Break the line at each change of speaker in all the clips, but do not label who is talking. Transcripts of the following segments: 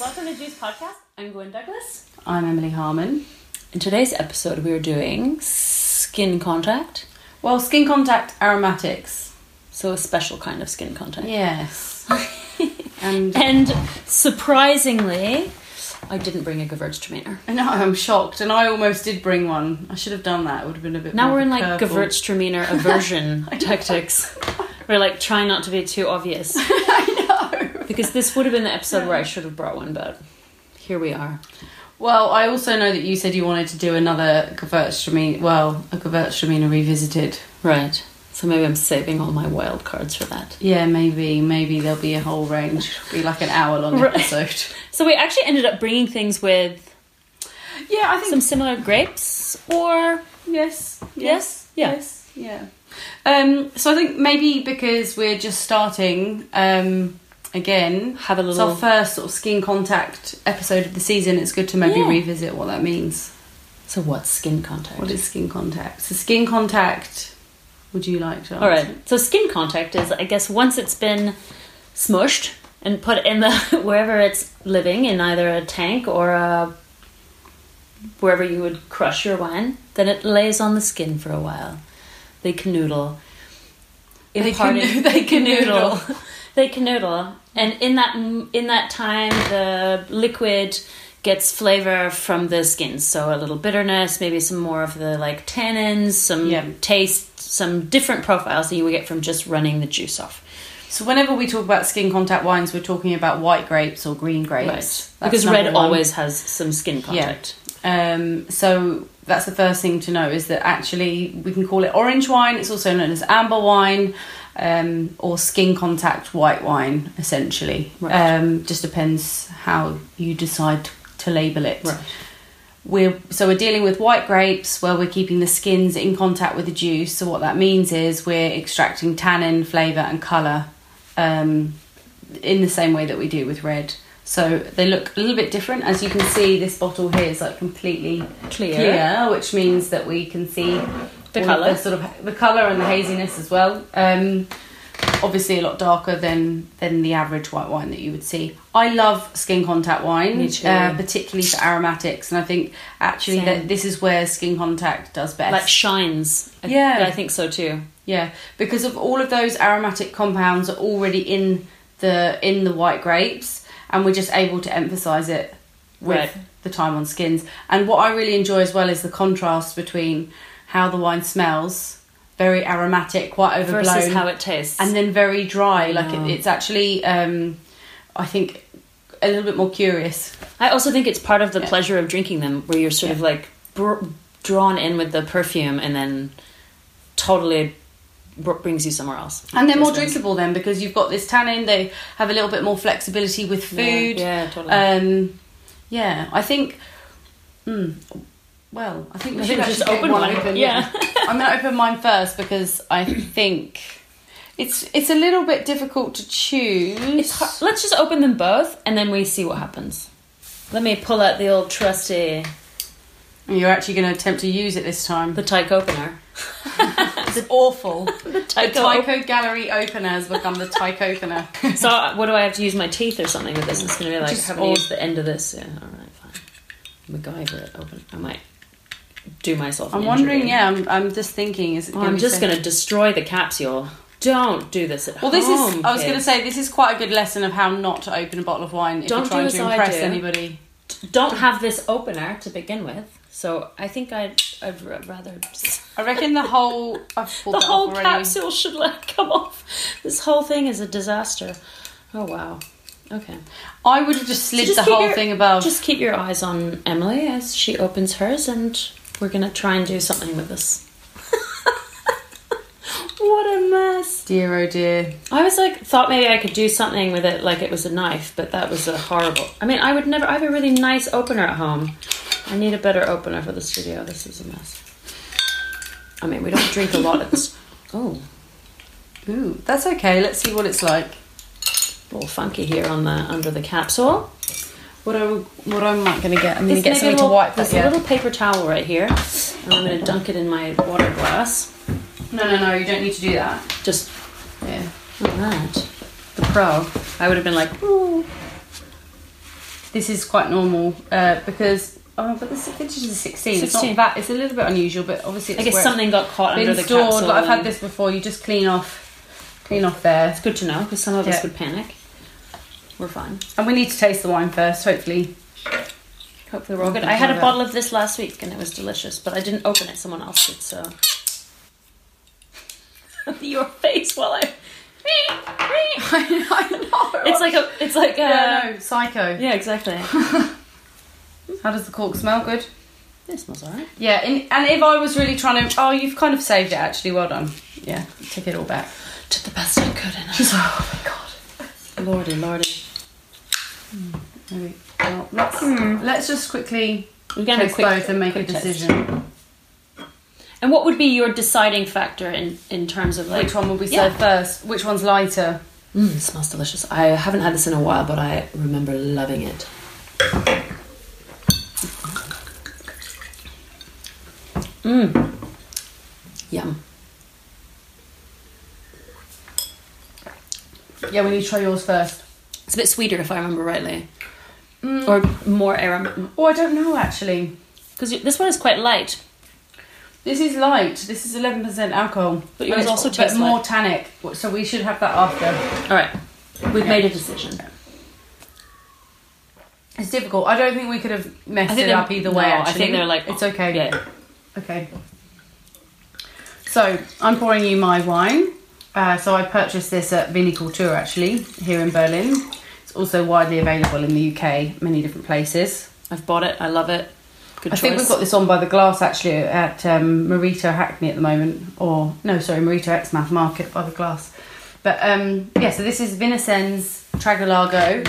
Women of Juice podcast. I'm Gwen Douglas.
I'm Emily Harmon. In today's episode, we're doing skin contact.
Well, skin contact aromatics.
So, a special kind of skin contact.
Yes. and
And surprisingly, I didn't bring a Gewurztraminer. trainer.
I know I'm shocked, and I almost did bring one. I should have done that. It would have been a bit.
Now
more
we're
of
in
a
like
curveball.
Gewurztraminer aversion tactics. We're like trying not to be too obvious. I know. Because this would have been the episode where I should have brought one, but here we are.
Well, I also know that you said you wanted to do another Gewurztraminer. Well, a Gewurztraminer revisited.
Right. So maybe I'm saving all my wild cards for that.
Yeah, maybe, maybe there'll be a whole range. It'll be like an hour long
Right.
episode.
So we actually ended up bringing things with
Yeah, I think
some similar grapes or
Yes.
Yes? Yeah.
Yes. Yeah. Um, so I think maybe because we're just starting um, again,
Have a
it's
little-
our first sort of skin contact episode of the season. It's good to maybe
Yeah.
revisit what that means.
So what's skin contact?
What is skin contact? So skin contact. Would you like to?
All
answer?
right. So skin contact is, I guess, once it's been smushed and put in the wherever it's living in either a tank or a wherever you would crush your wine, then it lays on the skin for a while. They canoodle.
They
Imparting-
cano- they canoodle.
they canoodle, and in that in that time, the liquid gets flavor from the skin. So a little bitterness, maybe some more of the like tannins, some
Yeah.
taste, some different profiles that you would get from just running the juice off.
So whenever we talk about skin contact wines, we're talking about white grapes or green grapes. That's
because
number
red
one.
always has some skin contact.
Um, so that's the first thing to know is that actually we can call it orange wine. It's also known as amber wine um, or skin contact white wine, essentially.
Right.
Um, just depends how you decide to label it.
Right.
We're, so we're dealing with white grapes where we're keeping the skins in contact with the juice. So what that means is we're extracting tannin, flavour, and colour um, in the same way that we do with red. So they look a little bit different. As you can see, this bottle here is like completely
Clear.
clear which means that we can see
The
all of
colour.
sort of the colour and the haziness as well. Um, obviously, a lot darker than than the average white wine that you would see. I love skin contact wine,
Me too.
Uh, particularly for aromatics, and I think actually
Same.
that this is where skin contact does best.
Like shines. I-
Yeah.
I think so too.
Yeah, because of all of those aromatic compounds are already in the in the white grapes, and we're just able to emphasize it with
Right.
the time on skins. And what I really enjoy as well is the contrast between how the wine smells, very aromatic, quite overblown,
Versus how it tastes.
and then very dry. Like
Yeah.
it, it's actually, um, I think, a little bit more curious.
I also think it's part of the pleasure of drinking them, where you're sort of like br- drawn in with the perfume, and then totally br- brings you somewhere else.
And they're more
Just
drinkable then because you've got this tannin. They have a little bit more flexibility with
Yeah,
food.
yeah, totally.
Um, yeah, I think. Mm, well, I think we
I
should
think just open
actually get
one. Yeah.
I'm going to open mine first because I think it's it's a little bit difficult to choose.
It's hard. Let's just open them both, and then we see what happens. Let me pull out the old trusty,
And You're actually going to attempt to use it this time.
the tyke opener.
It's awful.
The
the
tyke. op-
Tyco Gallery opener has become the Tyco opener.
so uh, what do I have to use my teeth or something with this? It's gonna be like
Just
having
all-
to use the end of this. Yeah, all right, fine. MacGyver it open. I might do myself. an
I'm wondering.
injury.
Yeah, I'm, I'm just thinking. Is it?
Oh,
gonna
I'm
be
just
safe?
going to destroy the capsule. Don't do this at
Well, this
home,
is. I was going to
kids.
say this is quite a good lesson of how not to open a bottle of wine if
Don't
you're
do
trying
as
to
I
impress
do.
anybody.
Don't have this opener to begin with. So I think I'd, I'd ra- rather.
I reckon the whole. I've pulled
The
that
whole
off already.
capsule should like come off. This whole thing is a disaster. Oh, wow. Okay.
I would have just slid
just
the
keep
whole
your-
thing above.
Just keep your eyes on Emily as she opens hers, and we're going to try and do something with this. what a mess.
Dear oh dear.
I was like, thought maybe I could do something with it, like it was a knife, but that was a horrible. I mean, I would never. I have a really nice opener at home. I need a better opener for the studio. This is a mess. I mean, we don't drink a lot of this. Oh,
Ooh, that's okay. Let's see what it's like.
a little funky here on the under the capsule.
What I will- what I'm not going to get. I'm going to
It's
get
maybe
something
a
to
little-
wipe that.
There's
Yeah.
a little paper towel right here, and I'm going to dunk it in my water glass.
No, no, no. You don't need to do that.
Just
Yeah.
All right. The pro. I would have been like, ooh.
This is quite normal uh, because oh, but this vintage is a sixteen. It's not
16.
that. It's a little bit unusual, but obviously it's
I guess
where it's
something got caught under
been
the
stored.
capsule.
Like, I've had
and-
this before. You just clean off, clean off there,
It's good to know because some of
Yeah.
us would panic. We're fine.
and we need to taste the wine first. Hopefully,
Hopefully, we're all good.
We'll
I had
have
a
it.
bottle of this last week and it was delicious, but I didn't open it. Someone else did, so. Your face while I.
I know.
It's like a. It's like a.
uh, yeah, no, psycho.
Yeah, exactly.
How does the cork smell? Good.
it smells alright.
Yeah, and, and if I was really trying to, oh, you've kind of saved it actually. Well done. Yeah, take it all back.
Did the best I could, and
She's like, oh my god.
I- lordy, lordy.
There we go. Let's, let's just quickly
We're gonna
taste
quick,
both and make a
quick test.
decision.
And what would be your deciding factor in in terms of like
Which one will we
Yeah.
serve first? Which one's lighter?
Mm, it smells delicious. I haven't had this in a while, but I remember loving it. Mmm. Yum.
Yeah, we need to try yours first.
It's a bit sweeter, if I remember rightly,
Mm.
or more aromatic.
Oh, I don't know actually.
Because this one is quite light.
This is light. This is 11% alcohol.
But
And
yours
it's
also
a bit
tastes
more
light.
tannic. So we should have that after.
All right, we've made a decision.
It's difficult. I don't think we could have messed it
they're-
up either way
no,
actually.
I think they're like
It's okay.
Yeah.
Okay. So I'm pouring you my wine. Uh, so I purchased this at Vini Cultura actually here in Berlin. It's also widely available in the UK, many different places.
I've bought it. I love it. Good
I
choice.
think we've got this on by the glass actually at um, Marita Hackney at the moment, or no, sorry, Marita Exmouth Market by the glass. But um, yeah, so this is Vincennes Tragolago.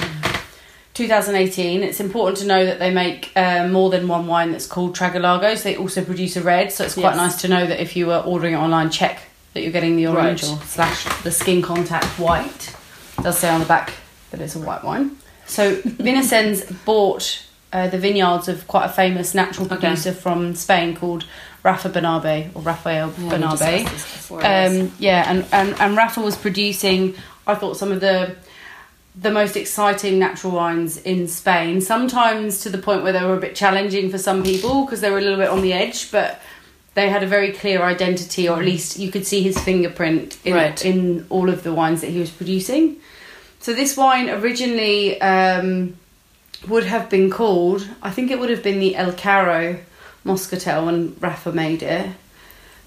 2018. It's important to know that they make uh, more than one wine that's called Tragolago. So they also produce a red. So it's quite
Yes.
nice to know that if you were ordering it online, check that you're getting the orange
Right.
or slash the skin contact white. It does say on the back that it's a white wine. So Vincennes bought uh, the vineyards of quite a famous natural
Okay.
producer from Spain called Rafa Bernabe or Rafael
Yeah, we
Bernabe.
discussed this before, yes.
Um, yeah, and, and, and Rafa was producing, I thought, some of the the most exciting natural wines in Spain. Sometimes to the point where they were a bit challenging for some people because they were a little bit on the edge, but they had a very clear identity, or at least you could see his fingerprint in,
Right.
in all of the wines that he was producing. So this wine originally um, would have been called, I think it would have been the El Caro Moscatel when Rafa made it.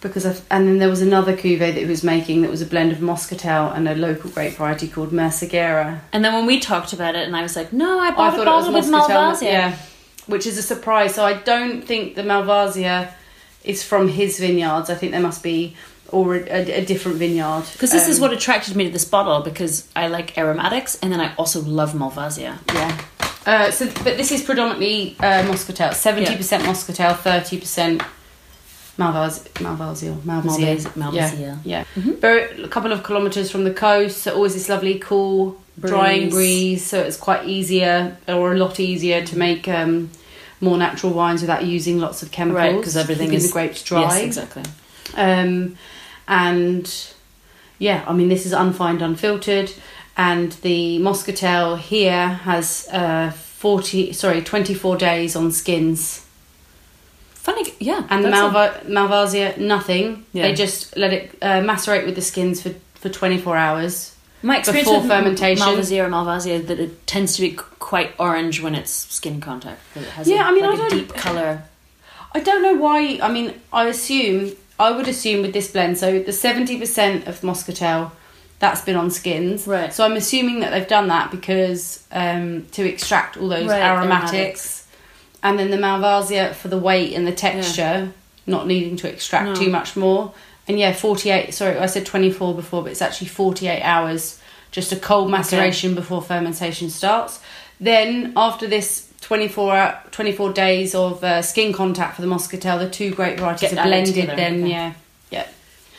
Because I, and then there was another cuvee that he was making that was a blend of Moscatel and a local grape variety called Merceguera.
And then when we talked about it, and I was like, "No, I
I
bought a
thought
bottle
it was
with
Moscatel.
Malvasia."
Yeah, which is a surprise. So I don't think the Malvasia is from his vineyards. I think there must be or a, a, a different vineyard.
Because this is
Um,
what attracted me to this bottle because I like aromatics and then I also love Malvasia.
Yeah. Uh, so, but this is predominantly uh, Moscatel. Seventy percent Moscatel, thirty percent Malvas, Malvasia, Malvasia,
Malvas- Malvasia. Mm-hmm.
Yeah, yeah. Very- a couple of kilometres from the coast. So always this lovely, cool, drying
Breeze.
breeze. So it's quite easier, or a lot easier, to make um, more natural wines without using lots of chemicals.
Right, because everything
keeping
is
the grapes dry.
Yes, exactly.
Um, and yeah, I mean, this is unfined, unfiltered, and the Moscatel here has uh, forty, sorry, twenty-four days on skins,
Funny, yeah.
and the
that's a-
Malva- Malvasia nothing.
Yeah.
They just let it uh, macerate with the skins for for twenty-four hours.
my experience
before
with
fermentation-
Malvasia or Malvasia that it tends to be qu- quite orange when it's skin contact. That it has
Yeah,
a,
I mean,
like
I
a
don't-
deep color.
I don't know why. I mean, I assume I would assume with this blend, so the seventy percent of Moscatel that's been on skins,
Right.
So I'm assuming that they've done that because um, to extract all those
Right,
aromatics,
aromatics.
and then the Malvasia for the weight and the texture, not needing to extract
No.
too much more. And yeah, forty eight. Sorry, I said twenty four before, but it's actually forty eight hours. Just a cold maceration before fermentation starts. Then after this 24, hou- 24 days of uh, skin contact for the Moscatel, the two grape varieties
Get
are
added
blended.
together,
Then
okay.
yeah, yeah.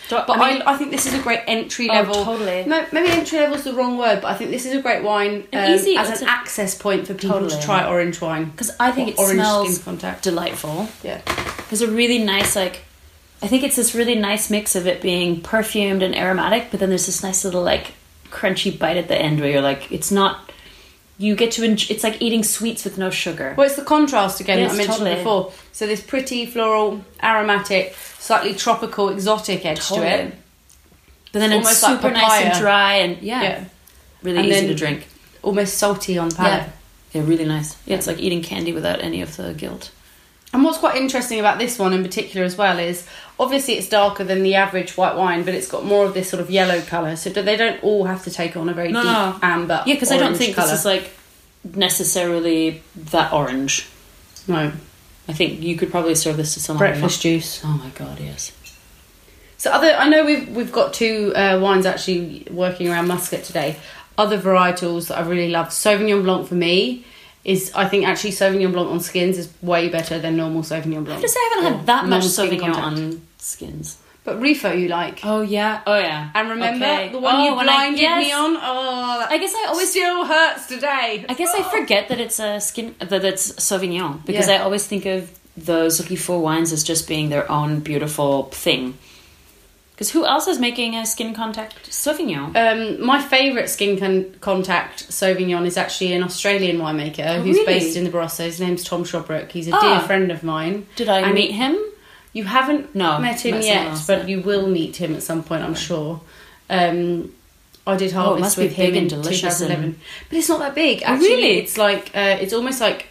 But
But
I, mean,
I, I think this is a great entry
Oh,
level.
totally.
No, maybe entry level is the wrong word, but I think this is a great wine
An
um,
easy-
as
it's
an
a-
access point for people
Totally.
to try orange wine.
'cause I think
Or
it
orange
smells
skin contact.
delightful.
Yeah.
There's a really nice like I think it's this really nice mix of it being perfumed and aromatic, but then there's this nice little like crunchy bite at the end where you're like it's not you get to enjoy, it's like eating sweets with no sugar.
Well, it's the contrast again
Yes,
that I mentioned
totally.
before. So this pretty floral, aromatic, slightly tropical, exotic edge to
Totally.
it.
But then
It's
it's,
almost
super
like
nice and
papaya.
dry and yeah,
Yeah.
really
And
easy
then-
to drink.
Almost salty on the palate.
Yeah. Yeah, really nice. Yeah, it's like eating candy without any of the guilt.
And what's quite interesting about this one in particular as well is obviously it's darker than the average white wine, but it's got more of this sort of yellow colour. So they don't all have to take on a very
No,
deep
no.
amber.
Yeah, because I don't
Uh, orange
think
colour.
this is like necessarily that orange.
no
I think you could probably serve this to someone.
breakfast juice.
Oh my god, yes.
So other, I know we've we've got two uh, wines actually working around Muscat today. Other varietals that I really loved. Sauvignon Blanc for me is I think actually Sauvignon Blanc on skins is way better than normal Sauvignon Blanc.
I just I haven't
Or
had that much
non-skin
Sauvignon
contact.
on skins.
But Rifo you like.
Oh yeah, oh yeah.
And remember
Okay.
the one
Oh,
you
when I-
blinded
yes.
me on? Oh, that
I guess I always
still hurts today. Oh.
I guess I forget that it's a skin that it's Sauvignon because
Yeah.
I always think of those Rifo wines as just being their own beautiful thing. Because who else is making a skin contact Sauvignon?
Um, my favourite skin con- contact Sauvignon is actually an Australian winemaker who's
Oh, really?
based in the Barossa. His name's Tom Shobrook. He's a
Ah.
dear friend of mine.
Did I
and
meet him?
You haven't
No,
met him
met someone
yet,
else,
but
yeah.
you will meet him at some point, I'm sure. Um, I did harvest
Oh, must be
with him
big
in
and delicious
2011,
and-
but it's not that big. Actually,
really?
it's like uh, it's almost like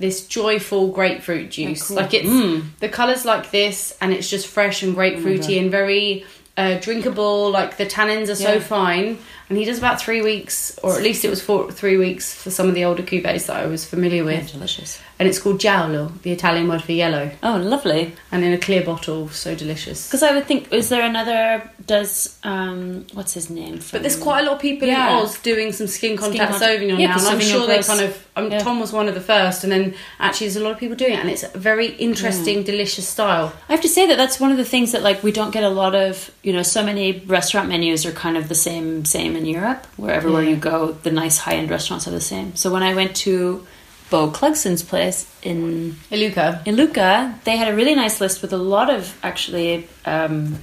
this joyful grapefruit juice.
Oh, cool. Oh
Like it's
Mm.
the colours like this, and it's just fresh and grapefruity and very. Uh, drinkable, like the tannins are so
Yeah.
fine, and he does about three weeks, or at least it was four, three weeks for some of the older cuvées that I was familiar
Yeah,
with,
delicious.
and it's called giallo, the Italian word for yellow
Oh, lovely.
and in a clear bottle, so delicious.
Because I would think, is there another? Does um, what's his name?
But
from-
there's quite a lot of people
Yeah.
in Oz doing some skin contact
contact.
Sauvignon
Yeah,
now,
'cause
and I'm
Sauvignon
sure they
grows.
kind of. Um,
Yeah.
Tom was one of the first, and then actually there's a lot of people doing it, and it's a very interesting, delicious style.
I have to say that that's one of the things that like we don't get a lot of. You know, so many restaurant menus are kind of the same, same in Europe. Where everywhere
Yeah.
you go, the nice high end restaurants are the same. So when I went to Bo Clugson's place in
Iluka,
in Lucca, they had a really nice list with a lot of actually. Um,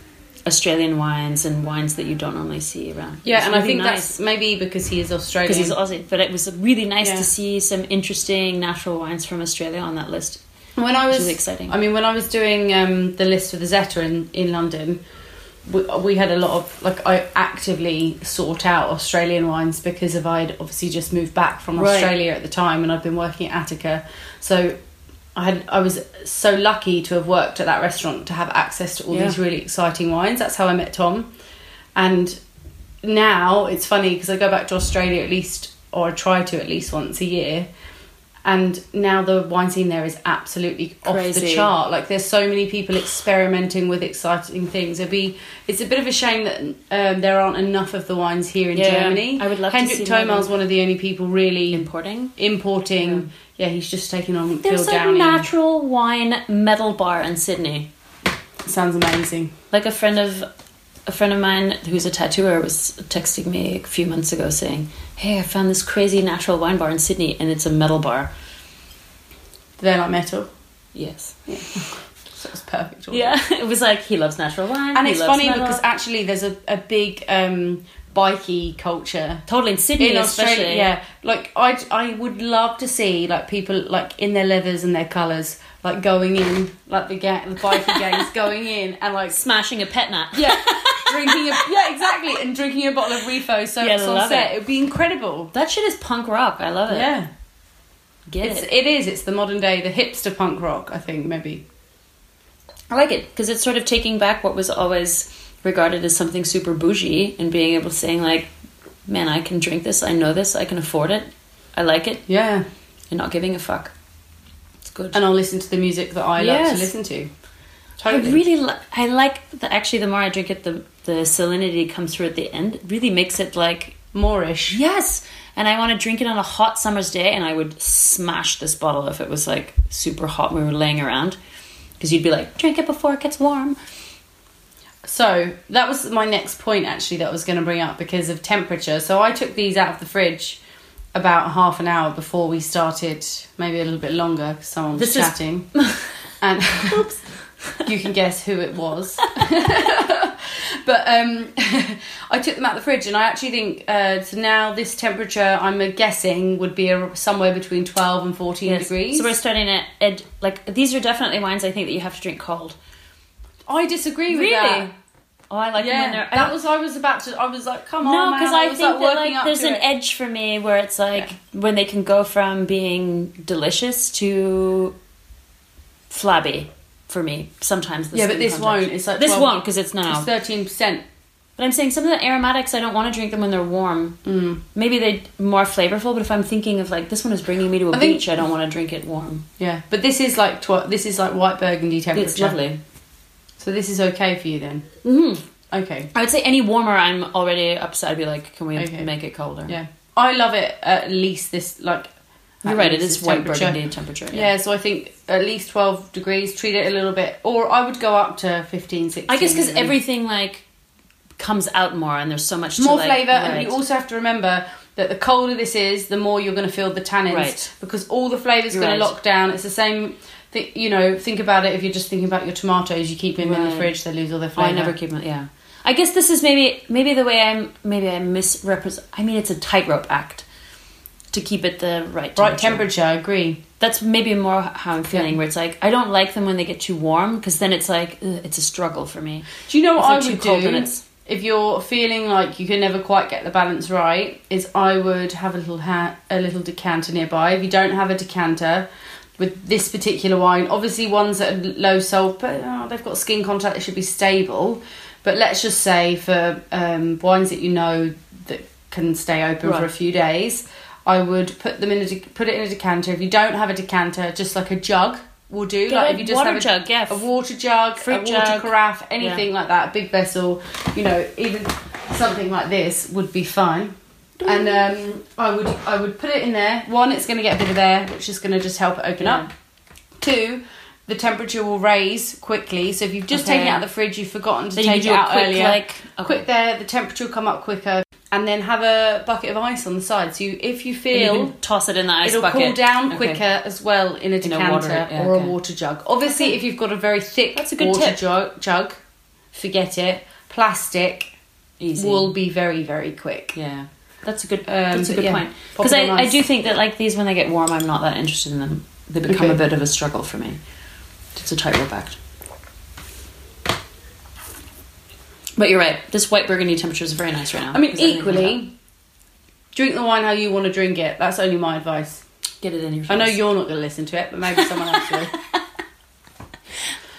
Australian wines and wines that you don't normally see around. It
yeah,
was
and I
really
think
nice.
that's maybe because he is Australian.
because he's Aussie. But it was really nice
Yeah.
to see some interesting natural wines from Australia on that list.
when I
which
was
is exciting.
I mean, when I was doing um, the list for the Zeta in in London, we, we had a lot of like I actively sought out Australian wines because of I'd obviously just moved back from
Right.
Australia at the time, and I'd been working at Attica, so. I had I was so lucky to have worked at that restaurant to have access to all
Yeah.
these really exciting wines. That's how I met Tom, and now it's funny because I go back to Australia at least, or I try to at least once a year. And now the wine scene there is absolutely off the
Crazy.
chart. Like there's so many people experimenting with exciting things. It'd be it's a bit of a shame that um, there aren't enough of the wines here in
Yeah,
Germany.
I would love to
Hendrik
see more
Thoma's one of the only people really
Importing.
importing. Yeah. he's just taken on Bill
There's like
Downey.
natural wine metal bar in Sydney.
Sounds amazing.
Like a friend of a friend of mine who's a tattooer was texting me a few months ago saying, "Hey, I found this crazy natural wine bar in Sydney, and it's a metal bar."
They're like metal,
Yes.
so it's perfect. order.
Yeah, it was like he loves natural wine,
and
he
it's
loves
funny
metal.
because actually there's a a big um, bikey culture
totally in Sydney,
in Australia,
especially.
yeah. Like I, I would love to see like people like in their leathers and their colours, like going in, like the gang, the biker gangs going in and like
smashing a pet nut.
yeah, drinking a yeah exactly and drinking a bottle of Refo so
Yeah,
it's on
love
set.
it.
It. would be incredible.
That shit is punk rock. I love it.
Yeah,
Get
it's
it.
it is. It's the modern day, the hipster punk rock. I think maybe.
I like it because it's sort of taking back what was always regarded as something super bougie and being able to saying like, "Man, I can drink this. I know this. I can afford it. I like it,"
Yeah,
and not giving a fuck. It's good.
and I'll listen to the music that I like
Yes.
to listen to.
I
Totally.
really li- I like the actually the more I drink it, the the salinity comes through at the end. It really makes it like
Moorish.
yes. And I want to drink it on a hot summer's day, and I would smash this bottle if it was like super hot. when We were laying around because you'd be like, drink it before it gets warm.
So that was my next point actually that I was going to bring up because of temperature. So I took these out of the fridge about half an hour before we started, maybe a little bit longer because someone was
This is-
chatting. and you can guess who it was. But um, I took them out the fridge, and I actually think uh, so now this temperature, I'm uh, guessing, would be a, somewhere between 12 and 14
Yes.
degrees.
So we're starting at, at like these are definitely wines I think that you have to drink cold.
I disagree with
Really?
that.
Oh, I like them when
Yeah,
they're
that was I was about to. I was like, come on,
no, because
because
I think
like,
that
working
like
up
there's
to
an
it.
edge for me where it's like when they can go from being delicious to flabby for me sometimes. The
Yeah, but
skin
this
contact.
won't. It's like
This
12
won't because it's now.
It's thirteen percent.
But I'm saying some of the aromatics I don't want to drink them when they're warm. Mm. Maybe they're more flavorful. But if I'm thinking of like this one is bringing me to a
I think-
beach, I don't want to drink it warm.
Yeah, but this is like tw- this is like white burgundy temperature.
It's lovely.
So this is okay for you then.
hmm
Okay.
I would say any warmer, I'm already upset. I'd be like, can we
Okay.
make it colder?
Yeah, I love it. At least this like.
You're
at
right. It
least
is
this
white
temperature.
burgundy temperature.
Yeah. so I think at least 12 degrees, treat it a little bit, or I would go up to 15, 16.
I guess because
even.
everything like comes out more, and there's so much to,
more
like,
flavour, and
right. Oh,
you also have to remember that the colder this is, the more you're going to feel the tannins
Right.
because all the flavours
You're
going
right.
to lock down. It's the same. Th- you know, think about it. If you're just thinking about your tomatoes, you keep them in the
Right.
fridge, they lose all their
Oh,
flavour.
I never keep them. Yeah, I guess this is maybe maybe the way I'm maybe I misrepresent. I mean, it's a tightrope act to keep it the right
right temperature. I agree.
That's maybe more how I'm feeling. Where it's like I don't like them when they get too warm because then it's like ugh, it's a struggle for me.
Do you know what
If
I
they're too
would
cold, then
do?
it's-
If you're feeling like you can never quite get the balance right, is I would have a little ha- a little decanter nearby. If you don't have a decanter with this particular wine, obviously ones that are low salt, but oh, they've got skin contact, they should be stable. But let's just say for um, wines that you know that can stay open for a
Right.
few days, I would put them in a dec put it in a decanter. If you don't have a decanter, just like a jug will do.
Get
like
a
if you just
water
have a,
jug, yeah,
a water jug,
Fruit
a water
jug.
carafe, anything like that, a big vessel, you know, even something like this would be fine. And um, I would I would put it in there. One, it's going to get a bit of air, which is going to just help it open
Yeah.
up. Two, the temperature will raise quickly. So if you've just
Okay.
taken it out of the fridge, you've forgotten to
Then you
take
do
it
a
out
quick,
earlier.
like-
a quick there, the temperature will come up quicker. And then have a bucket of ice on the side. So you, if you
And
feel
you can toss it in the ice
It'll
bucket.
cool down
Okay.
quicker as well in
In
a
a
decanter
water- yeah,
or
okay.
a water jug. Obviously, if you've got a very thick
That's a good
water
tip.
jug, jug, forget it. Plastic
Easy.
will be very, very quick.
Yeah, that's a good.
Um,
that's a
but
good
yeah,
point.
pop
Because
it
I,
on
I
ice.
do think that like these when they get warm, I'm not that interested in them. They become
Okay.
a bit of a struggle for me. It's a tightrope act. But you're right. This white burgundy temperature is very nice right now.
I mean,
'cause think about-
equally, drink the wine how you want to drink it. That's only my advice.
get it in your. Face.
I know you're not going to listen to it, but maybe someone else will.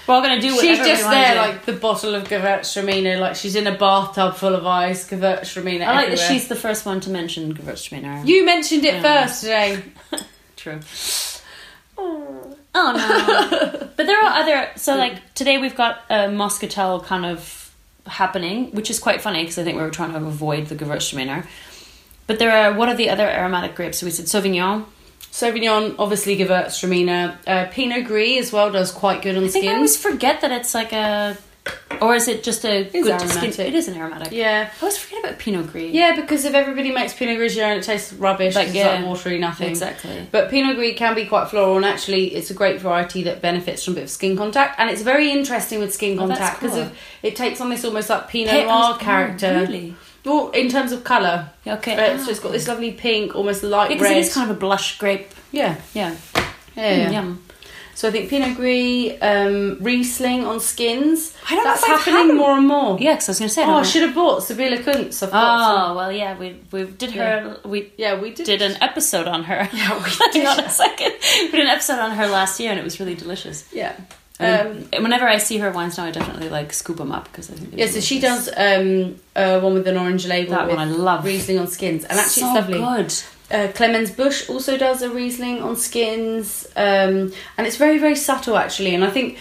We're all gonna do whatever
She's just
we wanna
there,
do.
like the bottle of Gewürztraminer, like she's in a bathtub full of ice, Gewürztraminer.
I like that
everywhere.
she's the first one to mention Gewürztraminer.
You mentioned it
Yeah.
first today.
True. Oh no! but there are other. So like today we've got a Moscatel kind of happening, which is quite funny because I think we were trying to avoid the Gewürztraminer. But there are what are the other aromatic grapes? So we said Sauvignon.
Sauvignon, obviously Gewürztraminer. Uh, Pinot Gris as well does quite good on
I think I
skins.
always forget that it's like a, or is it just a good
aromatic.
skin? It is an aromatic.
Yeah.
I always forget about Pinot Gris.
Yeah, because if everybody makes Pinot Grigio and it tastes rubbish,
Like,
'cause
yeah.
it's like watery nothing.
exactly.
But Pinot Gris can be quite floral, and actually, it's a great variety that benefits from a bit of skin contact. And it's very interesting with skin
Oh, that's
contact because
cool.
it, it takes on this almost like Pinot
Pink-
Noir
oh,
character.
really?
Well, in terms of colour.
Okay.
Uh, so it's got this lovely pink, almost light
because
red.
it is kind of a blush grape.
yeah.
Yeah.
Yeah, yeah.
Mm, yum.
So I think Pinot Gris, um, Riesling on skins.
I don't know
That's
if I've had
happening
them.
more and more.
Yeah, because I was gonna say. I
Oh,
don't
I
know.
should have bought Sibylla Kuntz. I've got
Oh well, yeah, we we did
Yeah.
her we
some. Yeah, we did.
did an episode on her.
Yeah, we
Hang on
did.
a second. We did an episode on her last year, and it was really delicious.
Yeah. Um,
Um, whenever I see her wines now, I definitely like scoop them up because I think. they're
yeah, so she
delicious.
does um, uh, one with an orange label.
that
with
one. I love.
Riesling on skins, and actually
so
it's lovely.
good.
Uh, Clemens Bush also does a Riesling on skins, um, and it's very very subtle actually. And I think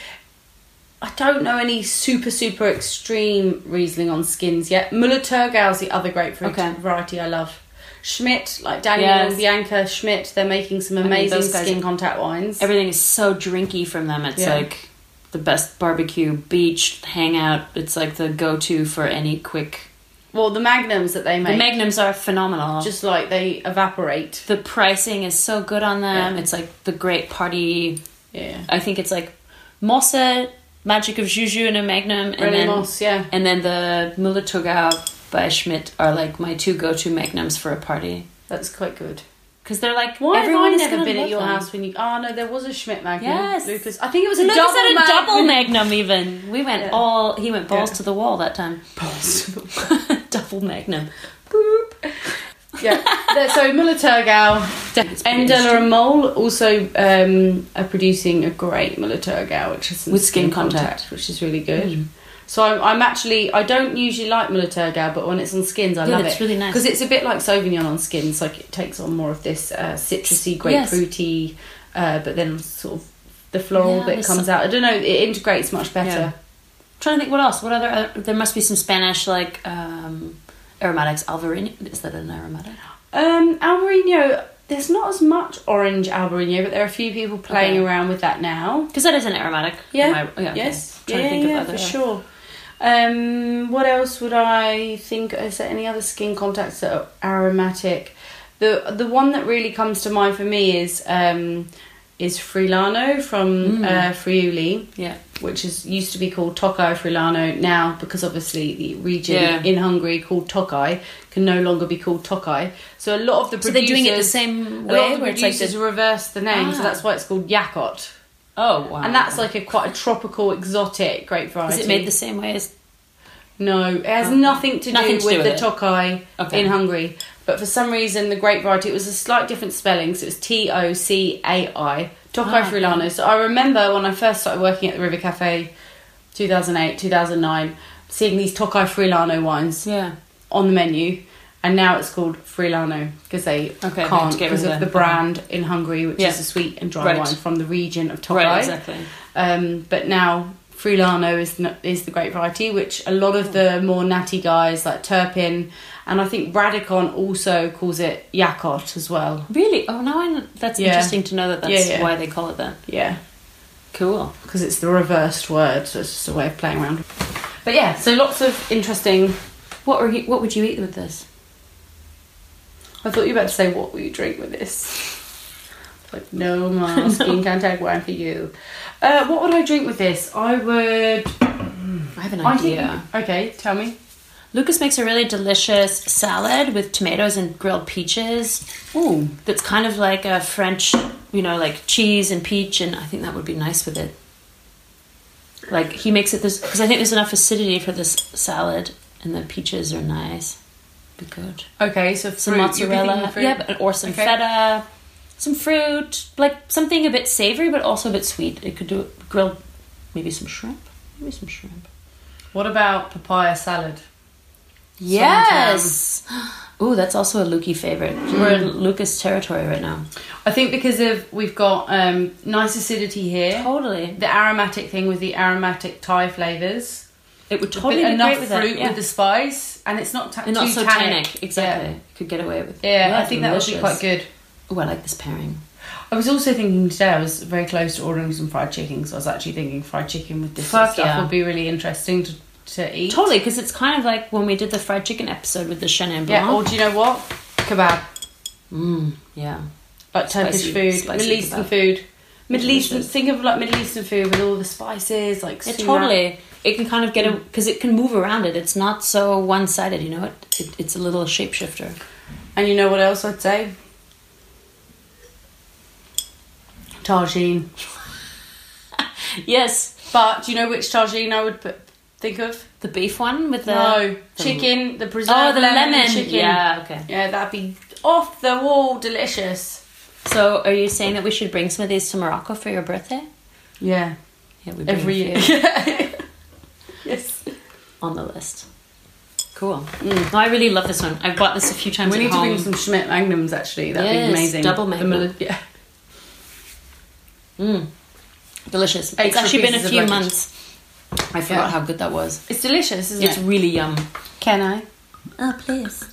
I don't know any super super extreme Riesling on skins yet. Muller Turgau is the other grapefruit
Okay.
variety I love. Schmidt, like Daniel
Yes.
and Bianca Schmidt, they're making some
I mean,
amazing
those guys-
skin contact wines.
Everything is so drinky from them. It's
Yeah.
like the best barbecue beach hangout. It's like the go-to for any quick.
Well, the magnums that they
The
make,
magnums are phenomenal.
just like they evaporate.
the pricing is so good on them.
Yeah.
It's like the great party
Yeah.
I think it's like Mossa Magic of Juju and a Magnum, and
Really
then
moss, yeah.
and then the Mulatorgau by Schmidt are like my two go-to Magnums for a party
That's quite good.
because they're like
Why
everyone
have
is
I never
gonna
been at
love
your
them.
house when you? Oh no, there was a Schmidt Magnum.
Yes.
Lucas. I think it was a
Lucas
double.
had a
mag-
double magnum. Even we went
Yeah.
all he went balls
Yeah.
to the wall that time. double magnum. Boop.
yeah. There- So Müller Turgau,
uh,
Endler and Mole also um, are producing a great Müller Turgau, which is some
With skin contact. Mm.
which is really good. So I'm, I'm actually I don't usually like Müller Turgau, but when it's on skins, I
Yeah,
love
it's
it
really nice.
because it's a bit like Sauvignon on skins. Like it takes on more of this uh, citrusy,
Yes.
grapefruity, uh, but then sort of the floral
Yeah,
bit
there's
comes out. I don't know. It integrates much better.
trying to think what else. What other? Uh, there must be some Spanish like um, aromatics. Alvarinho is that an aromatic?
Um, Albarino. There's not as much orange Albarino, but there are a few people playing
Okay.
around with that now.
Because that is an aromatic. Am
Yeah.
I- Oh, yeah okay.
Yes.
Trying
yeah,
to think
yeah,
of other.
for sure. Um, what else would I think? Is there any other skin contacts that are aromatic? The the one that really comes to mind for me is um, is Frilano from uh, Friuli,
Mm. Yeah.
which is used to be called Tokai Frilano now because obviously the region
Yeah.
in Hungary called Tokai can no longer be called Tokai. So a lot of the
So they're doing it the
producers-
same
a lot
way,
of the
where it's like
producers
this.
reverse the name, so
Ah.
that's why it's called Yakot.
Oh wow.
And that's like a quite a tropical, exotic grape variety.
Is it made the same way as?
No, it has
Oh.
nothing to
Nothing
do
to
with
do
the
with it.
Tokai
Okay.
in Hungary. But for some reason, the grape variety, it was a slight different spelling, so it was T O C A I, Tokai
Ah, okay.
Frulano. So I remember when I first started working at the River Cafe 2008, 2009, seeing these Tokai Frulano wines
Yeah.
on the menu. And now it's called Frilano because they
they have
can't
to get
because
rid
of
of
the
them.
brand in Hungary, which
Yeah.
is a sweet and dry
Right.
wine from the region of Tokai.
Right. Exactly.
Um, but now Frulano is n- is the great variety, which a lot of the more natty guys like Turpin and I think Radicon also calls it Yakot as well.
Really? Oh, now I. kn- That's
Yeah.
interesting to know that that's
Yeah, yeah.
why they call it that.
Yeah,
Cool.
because it's the reversed word, so it's just a way of playing around. But yeah, so lots of interesting.
What were you, what would you eat with this?
I thought you were about to say, "What will you drink with this?" Like no more skin contact wine for you. Uh, what would I drink with this? I would.
I have an
I
idea.
think. Okay, tell me.
Lucas makes a really delicious salad with tomatoes and grilled peaches.
Ooh,
That's kind of like a French, you know, like cheese and peach, and I think that would be nice with it. Like he makes it this because I think there's enough acidity for this salad, and the peaches are nice. Be good.
Okay, so
Some
fruit. You're picking
mozzarella,
fruit.
yeah, but- or some
Okay.
feta, some fruit, like something a bit savory but also a bit sweet. It could do grilled, maybe some shrimp, maybe some shrimp.
What about papaya salad?
Yes. Ooh, that's also a Lukey favorite. We're in
Mm.
Lucas territory right now.
I think because of we've got um, nice acidity here,
Totally.
the aromatic thing with the aromatic Thai flavors,
It would
but
totally be
enough
great with
fruit
that. Yeah.
with the spice, and it's not ta-
and not
too
so
tannic.
tannic. Exactly. Could get away with.
Yeah, yeah I think that would be quite
delicious.
good.
Ooh, I like this pairing.
I was also thinking today I was very close to ordering some fried chicken, so I was actually thinking fried chicken with this sort of
Fuck
stuff
yeah.
would be really interesting to, to eat.
Totally, because it's kind of like when we did the fried chicken episode with the Chenin
Yeah, or
Blanc.
do you know what? Kebab.
Mm, yeah.
like Turkish
Spicy-
food,
spicy
Middle Eastern
kebab.
food. Middle Eastern.
Delicious.
Think of like Middle Eastern food with all the spices, like
It
sumac.
totally. It can kind of get a because it can move around it. It's not so one sided, you know. It, it it's a little shapeshifter.
And you know what else I'd say? Tagine.
Yes,
But do you know which tagine I would put, think of?
the beef one with the
no,
the-
chicken, the preserved
Oh, the
lemon,
lemon.
chicken.
Yeah, okay.
Yeah, that'd be off the wall delicious.
So, are you saying that we should bring some of these to Morocco for your birthday?
Yeah,
Yeah, we bring
every
a
year.
few
yes,
on the list. Cool. Mm. No, I really love this one. I've bought this a few times
we
at
need to
home.
bring some Schmidt Magnums. Actually, that'd
Yes,
be amazing.
double
The
Magnum.
Mil- yeah.
Delicious. it's
Extra
actually been a
pieces of
few
luggage.
months. I forgot
Yeah.
how good that was.
It's delicious, isn't
It's
it?
really yum.
Can I?
Oh, please.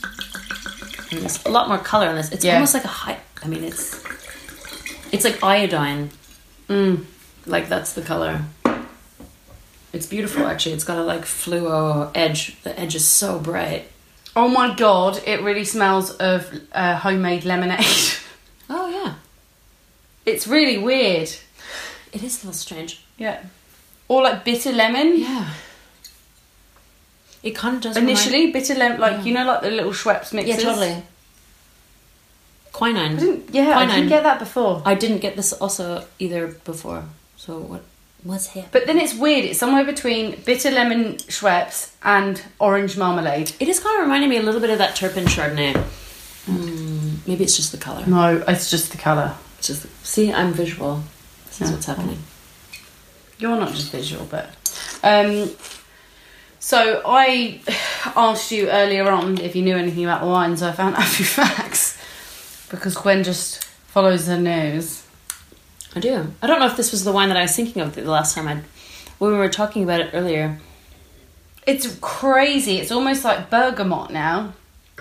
And there's a lot more color on this. It's
Yeah.
almost like a high. I mean, it's it's like iodine.
Mm.
Like that's the color. It's beautiful, actually. It's got a like fluo edge. The edge is so bright.
Oh my god, it really smells of uh, homemade lemonade.
Oh yeah,
it's really weird.
it is a little strange.
Yeah. Or like bitter lemon.
Yeah. It kind of does remind-
Initially, bitter lemon, like you know, like the little Schweppes
yeah,
mixes.
totally. Quinine.
I didn't. Yeah, I
Quinine.
didn't get that before.
I didn't get this also either before. So what was happening?
But then it's weird. It's somewhere between bitter lemon Schweppes and orange marmalade.
It is kind of reminding me a little bit of that Turpin Chardonnay. Mm, maybe it's just the color.
No, it's just the color.
It's just see, I'm visual. This is
Yeah.
what's happening.
You're not just visual, but um, so I asked you earlier on if you knew anything about wine, so I found out a few facts because Gwen just follows her nose.
I do. I don't know if this was the wine that I was thinking of the the last time I, when we were talking about it earlier.
It's crazy. It's almost like bergamot now,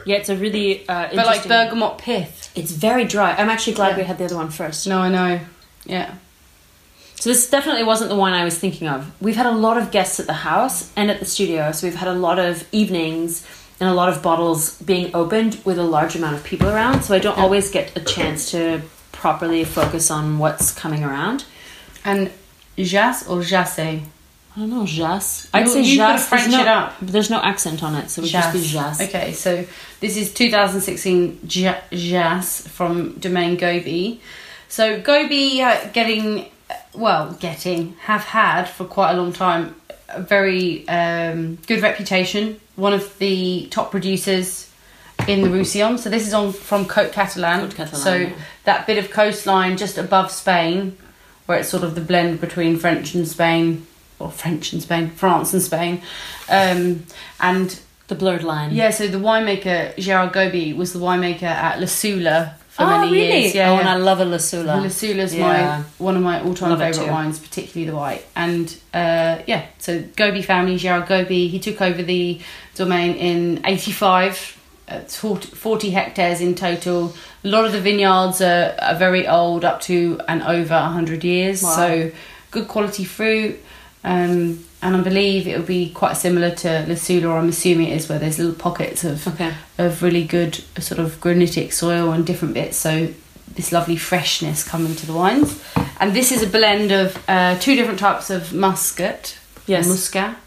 Yeah, it's a really uh,
but like
interesting-
bergamot pith.
It's very dry. I'm actually glad
Yeah.
we had the other one first.
No, I know. Yeah.
So this definitely wasn't the one I was thinking of. We've had a lot of guests at the house and at the studio, so we've had a lot of evenings and a lot of bottles being opened with a large amount of people around. So I don't always get a chance to properly focus on what's coming around.
And jas or jasse?
I don't know, jas.
You-
I'd say
you could've
jas. There's
Frenched
no,
it up.
but there's no accent on it, so it would just be jas.
Okay, so this is 2016 Ja- Jas from Domaine Gobi. So Gobi uh, getting, well, getting, have had for quite a long time a very um, good reputation. One of the top producers in the Roussillon. So this is on from Côte Catalan.
Côte Catalan,
so
yeah.
that bit of coastline just above Spain, where it's sort of the blend between French and Spain, or French and Spain, France and Spain. Um, and
The blurred line.
yeah, so the winemaker Gerard Gobi was the winemaker at La Sula for
Oh,
many
really?
years. Yeah,
oh,
yeah.
and I love a lasula.
La Sula's
Yeah.
my one of my all-time
Love it
favorite
too.
wines, particularly the white. And uh, yeah, so Gobi family, Gerard Gobi, he took over the domain in '85. It's 40 40 hectares in total. A lot of the vineyards are, are very old, up to and over 100 years.
Wow.
So good quality fruit. Um, and I believe it will be quite similar to La Sula, or I'm assuming it is, where there's little pockets of
Okay.
of really good sort of granitic soil and different bits. So this lovely freshness coming to the wines. And this is a blend of uh, two different types of muscat.
Yes.
Muscat.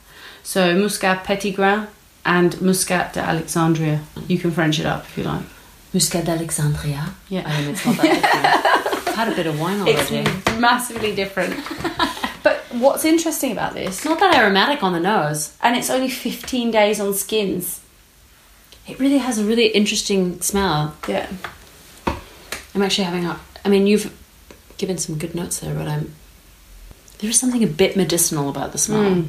So Muscat Petit Grain and Muscat de Alexandria. You can French it up if you like.
Muscat d'Alexandria.
Yeah.
I mean, it's not that different. Had a bit of wine
It's
already.
massively different. but what's interesting about this,
It's not that aromatic on the nose.
and it's only 15 days on skins.
It really has a really interesting smell.
Yeah.
I'm actually having a. I mean, you've given some good notes there, but I'm. There's something a bit medicinal about the smell.
Hmm. Mm.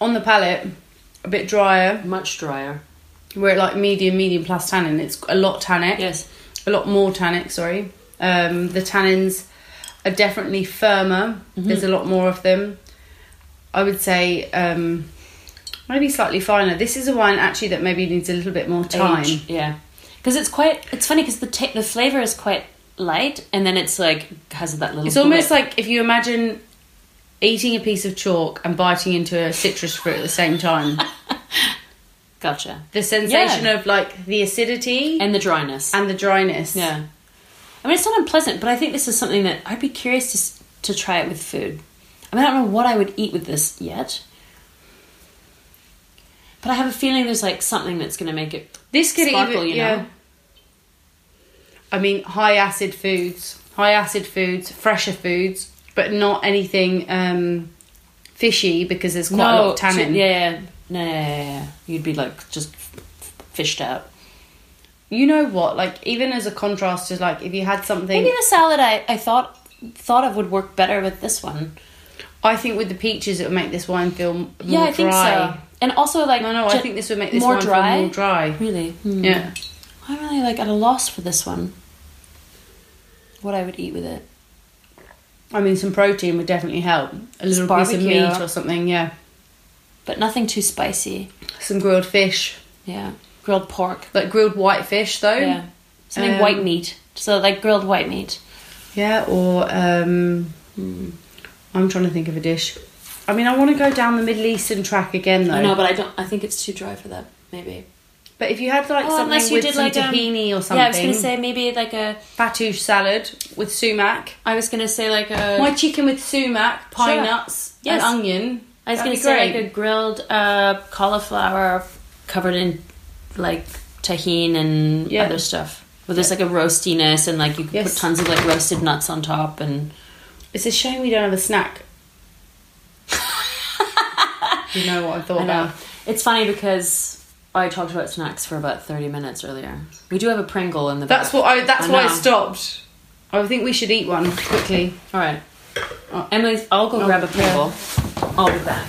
On the palate, a bit drier.
Much drier.
We're at like medium, medium plus tannin. It's a lot tannic.
Yes.
A lot more tannic, sorry. Um, the tannins are definitely firmer.
Mm-hmm.
There's a lot more of them. I would say um, maybe slightly finer. This is a wine actually that maybe needs a little bit more time.
Age, Yeah. Because it's quite. It's funny because the ta the flavor is quite light, and then it's like has that little.
It's almost like if you imagine eating a piece of chalk and biting into a citrus fruit at the same time.
gotcha
The sensation of like the acidity
and the dryness.
and the dryness.
yeah. I mean, it's not unpleasant, but I think this is something that I'd be curious to s- to try it with food. I mean, I don't know what I would eat with this yet. But I have a feeling there's like something that's going to make it
This could
Sparkle,
even
you
yeah.
know?
I mean, high acid foods, high acid foods, fresher foods, but not anything um, fishy because there's quite a lot of tannin.
t- yeah, no, yeah, yeah, yeah. you'd be like just f- f- fished out.
You know what? Like even as a contrast to like if you had something,
Maybe the salad I, I thought thought of would work better with this one.
I think with the peaches it would make this wine feel m- more
yeah, I
dry.
think so. And also like
No, no, I
ju-
think this would make this
more
wine
dry.
feel more dry.
Really, Hmm.
Yeah.
I'm really like at a loss for this one. What I would eat with it?
I mean, some protein would definitely help. A little piece of
Barbecue.
meat or something, yeah.
but nothing too spicy.
Some grilled fish,
Yeah, grilled pork.
like grilled white fish, though.
Yeah, something
Um,
white meat. So like grilled white meat.
Yeah, or um, I'm trying to think of a dish. I mean, I want to go down the Middle Eastern track again though.
I know, but I don't. I think it's too dry for that. Maybe
But if you had like
Oh,
something
unless you
with
did,
some
like, um,
tahini or something,
Yeah, I was gonna say maybe like a.
fattoush salad with sumac,
I was gonna say like a.
my chicken with sumac, pine
Uh, Sure.
nuts,
Yes.
and onion.
I was
That'd
gonna
be
say
great.
like a grilled uh, cauliflower covered in like tahine and
Yeah.
other stuff. Well, there's like a roastiness and like you can
Yes.
put tons of like roasted nuts on top and
It's a shame we don't have a snack. you know what I thought
I know.
about.
It's funny because I talked about snacks for about 30 minutes earlier. We do have a Pringle in the
That's
back.
what I. That's
I
why I
know.
stopped. I think we should eat one quickly.
All right. Uh, Emily, I'll go
Oh,
grab a
yeah.
Pringle. I'll be back.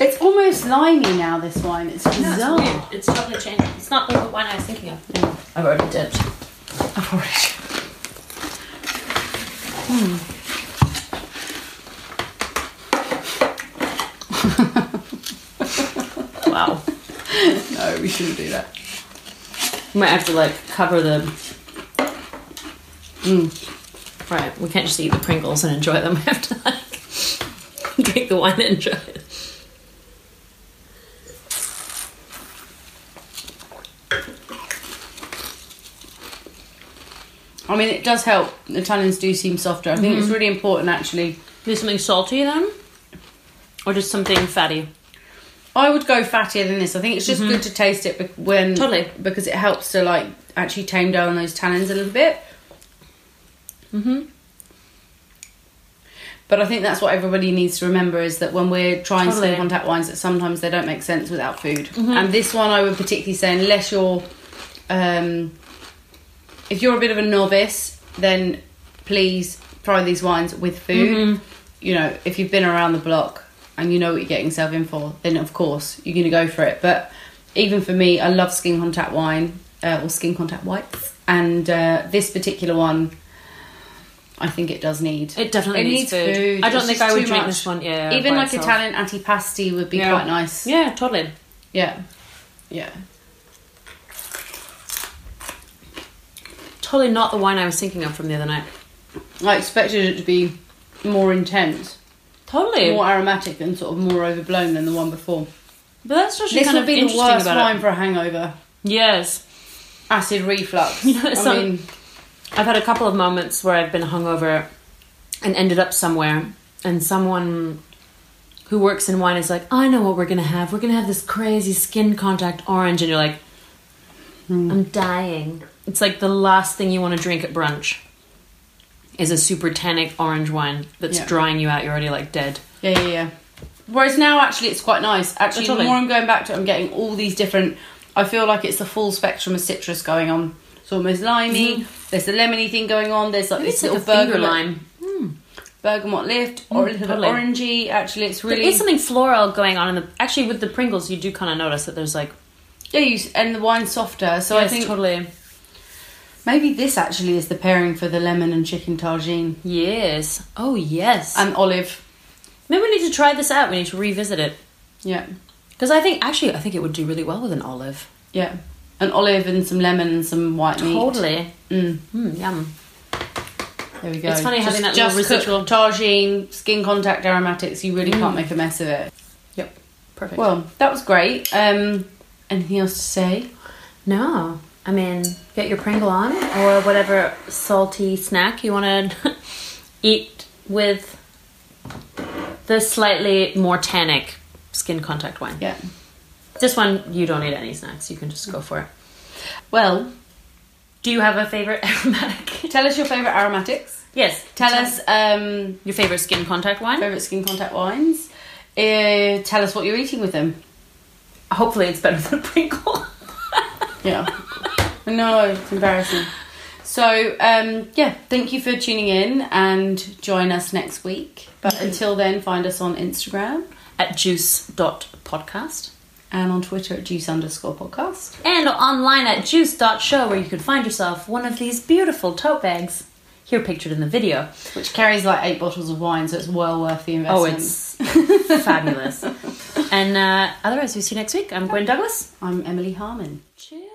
It's almost limey now. This wine. It's bizarre.
It's chocolate chain. It's not the one I was thinking of. I've already dipped. I've already. Hmm. wow.
no, we shouldn't do that.
We might have to like cover the. mm, Right, we can't just eat the Pringles and enjoy them. We have to like drink the wine and enjoy it.
I mean, it does help. The tannins do seem softer. I think
Mm-hmm.
it's really important, actually.
Do something salty then, or just something fatty.
I would go fattier than this. I think it's just good to taste it bec-
Mm-hmm.
when
Totally.
because it helps to like actually tame down those tannins a little bit. Mhm.
Mm-hmm.
But I think that's what everybody needs to remember is that when we're trying
Totally. Mm-hmm.
skin contact wines, that sometimes they don't make sense without food. And this one, I would particularly say, unless you're, um, if you're a bit of a novice, then please try these wines with food.
Mm-hmm.
You know, if you've been around the block and you know what you're getting yourself in for, then of course you're going to go for it. But even for me, I love skin contact wine uh, or skin contact whites, and uh, this particular one, I think it does need.
It definitely needs food. I don't
It's
think
just
I would
too
drink
much.
this one, yeah,
even
by
like
itself.
Italian antipasti would be
Yeah.
quite nice.
Yeah, totally.
yeah, yeah.
Totally not the wine I was thinking of from the other night.
I expected it to be more intense,
Totally.
more aromatic, and sort of more overblown than the one before.
But that's actually
This
kind
would
of
be the
interesting
worst
about
wine
it.
for a hangover.
Yes.
Acid reflux.
You know,
I
some-
mean,
I've had a couple of moments where I've been hungover and ended up somewhere, and someone who works in wine is like, I know what we're going to have. We're going to have this crazy skin contact orange. And you're like, I'm dying. It's like the last thing you want to drink at brunch is a super tannic orange wine that's
Yeah.
drying you out. You're already like dead.
yeah, yeah, yeah. Whereas now, actually, it's quite nice. Actually, the
Totally.
more I'm going back to it, I'm getting all these different. I feel like it's the full spectrum of citrus going on. It's almost limey. There's the lemony thing going on. There's like
Maybe
this
it's Mm-hmm. like a
little
finger
bergamot,
lime.
bergamot lift, or a little
totally.
bit orangey. Actually, it's really
There is something floral going on in the. Actually, with the Pringles, you do kind of notice that there's like.
yeah. You, s- and the wine's softer, so
yes,
I think
totally.
Maybe this actually is the pairing for the lemon and chicken tagine
Yes. Oh yes.
and olive.
Maybe we need to try this out. We need to revisit it
Yeah,
because I think actually I think it would do really well with an olive.
yeah, an olive and some lemon and some white meat.
Totally.
Mm,
Mm, yum.
there we go.
It's funny having that
just
little
cook Mm.
residual-
tagine, skin contact aromatics. You really can't make a mess of it.
Yep. Perfect. Well,
Well, that was great. Um, anything else to say?
no. I mean, get your Pringle on or whatever salty snack you want to eat with the slightly more tannic skin contact wine.
Yeah.
This one, you don't need any snacks. You can just go for it.
Well,
Do you have a favorite aromatic?
tell us your favourite aromatics.
yes.
Tell us um,
your favorite skin contact wine.
favourite skin contact wines. Uh, tell us what you're eating with them.
Hopefully, it's better than Pringle.
Yeah. no, it's embarrassing. So, um, yeah, thank you for tuning in and join us next week. But until then, find us on Instagram
At juice.podcast
and on Twitter at juice underscore podcast.
and online at juice.show, where you could find yourself one of these beautiful tote bags here pictured in the video.
Which carries like eight bottles of wine, so it's well worth the
Oh,
investment.
it's fabulous. And uh, otherwise, we'll see you next week. I'm Gwen Douglas.
I'm Emily Harmon.
Cheers.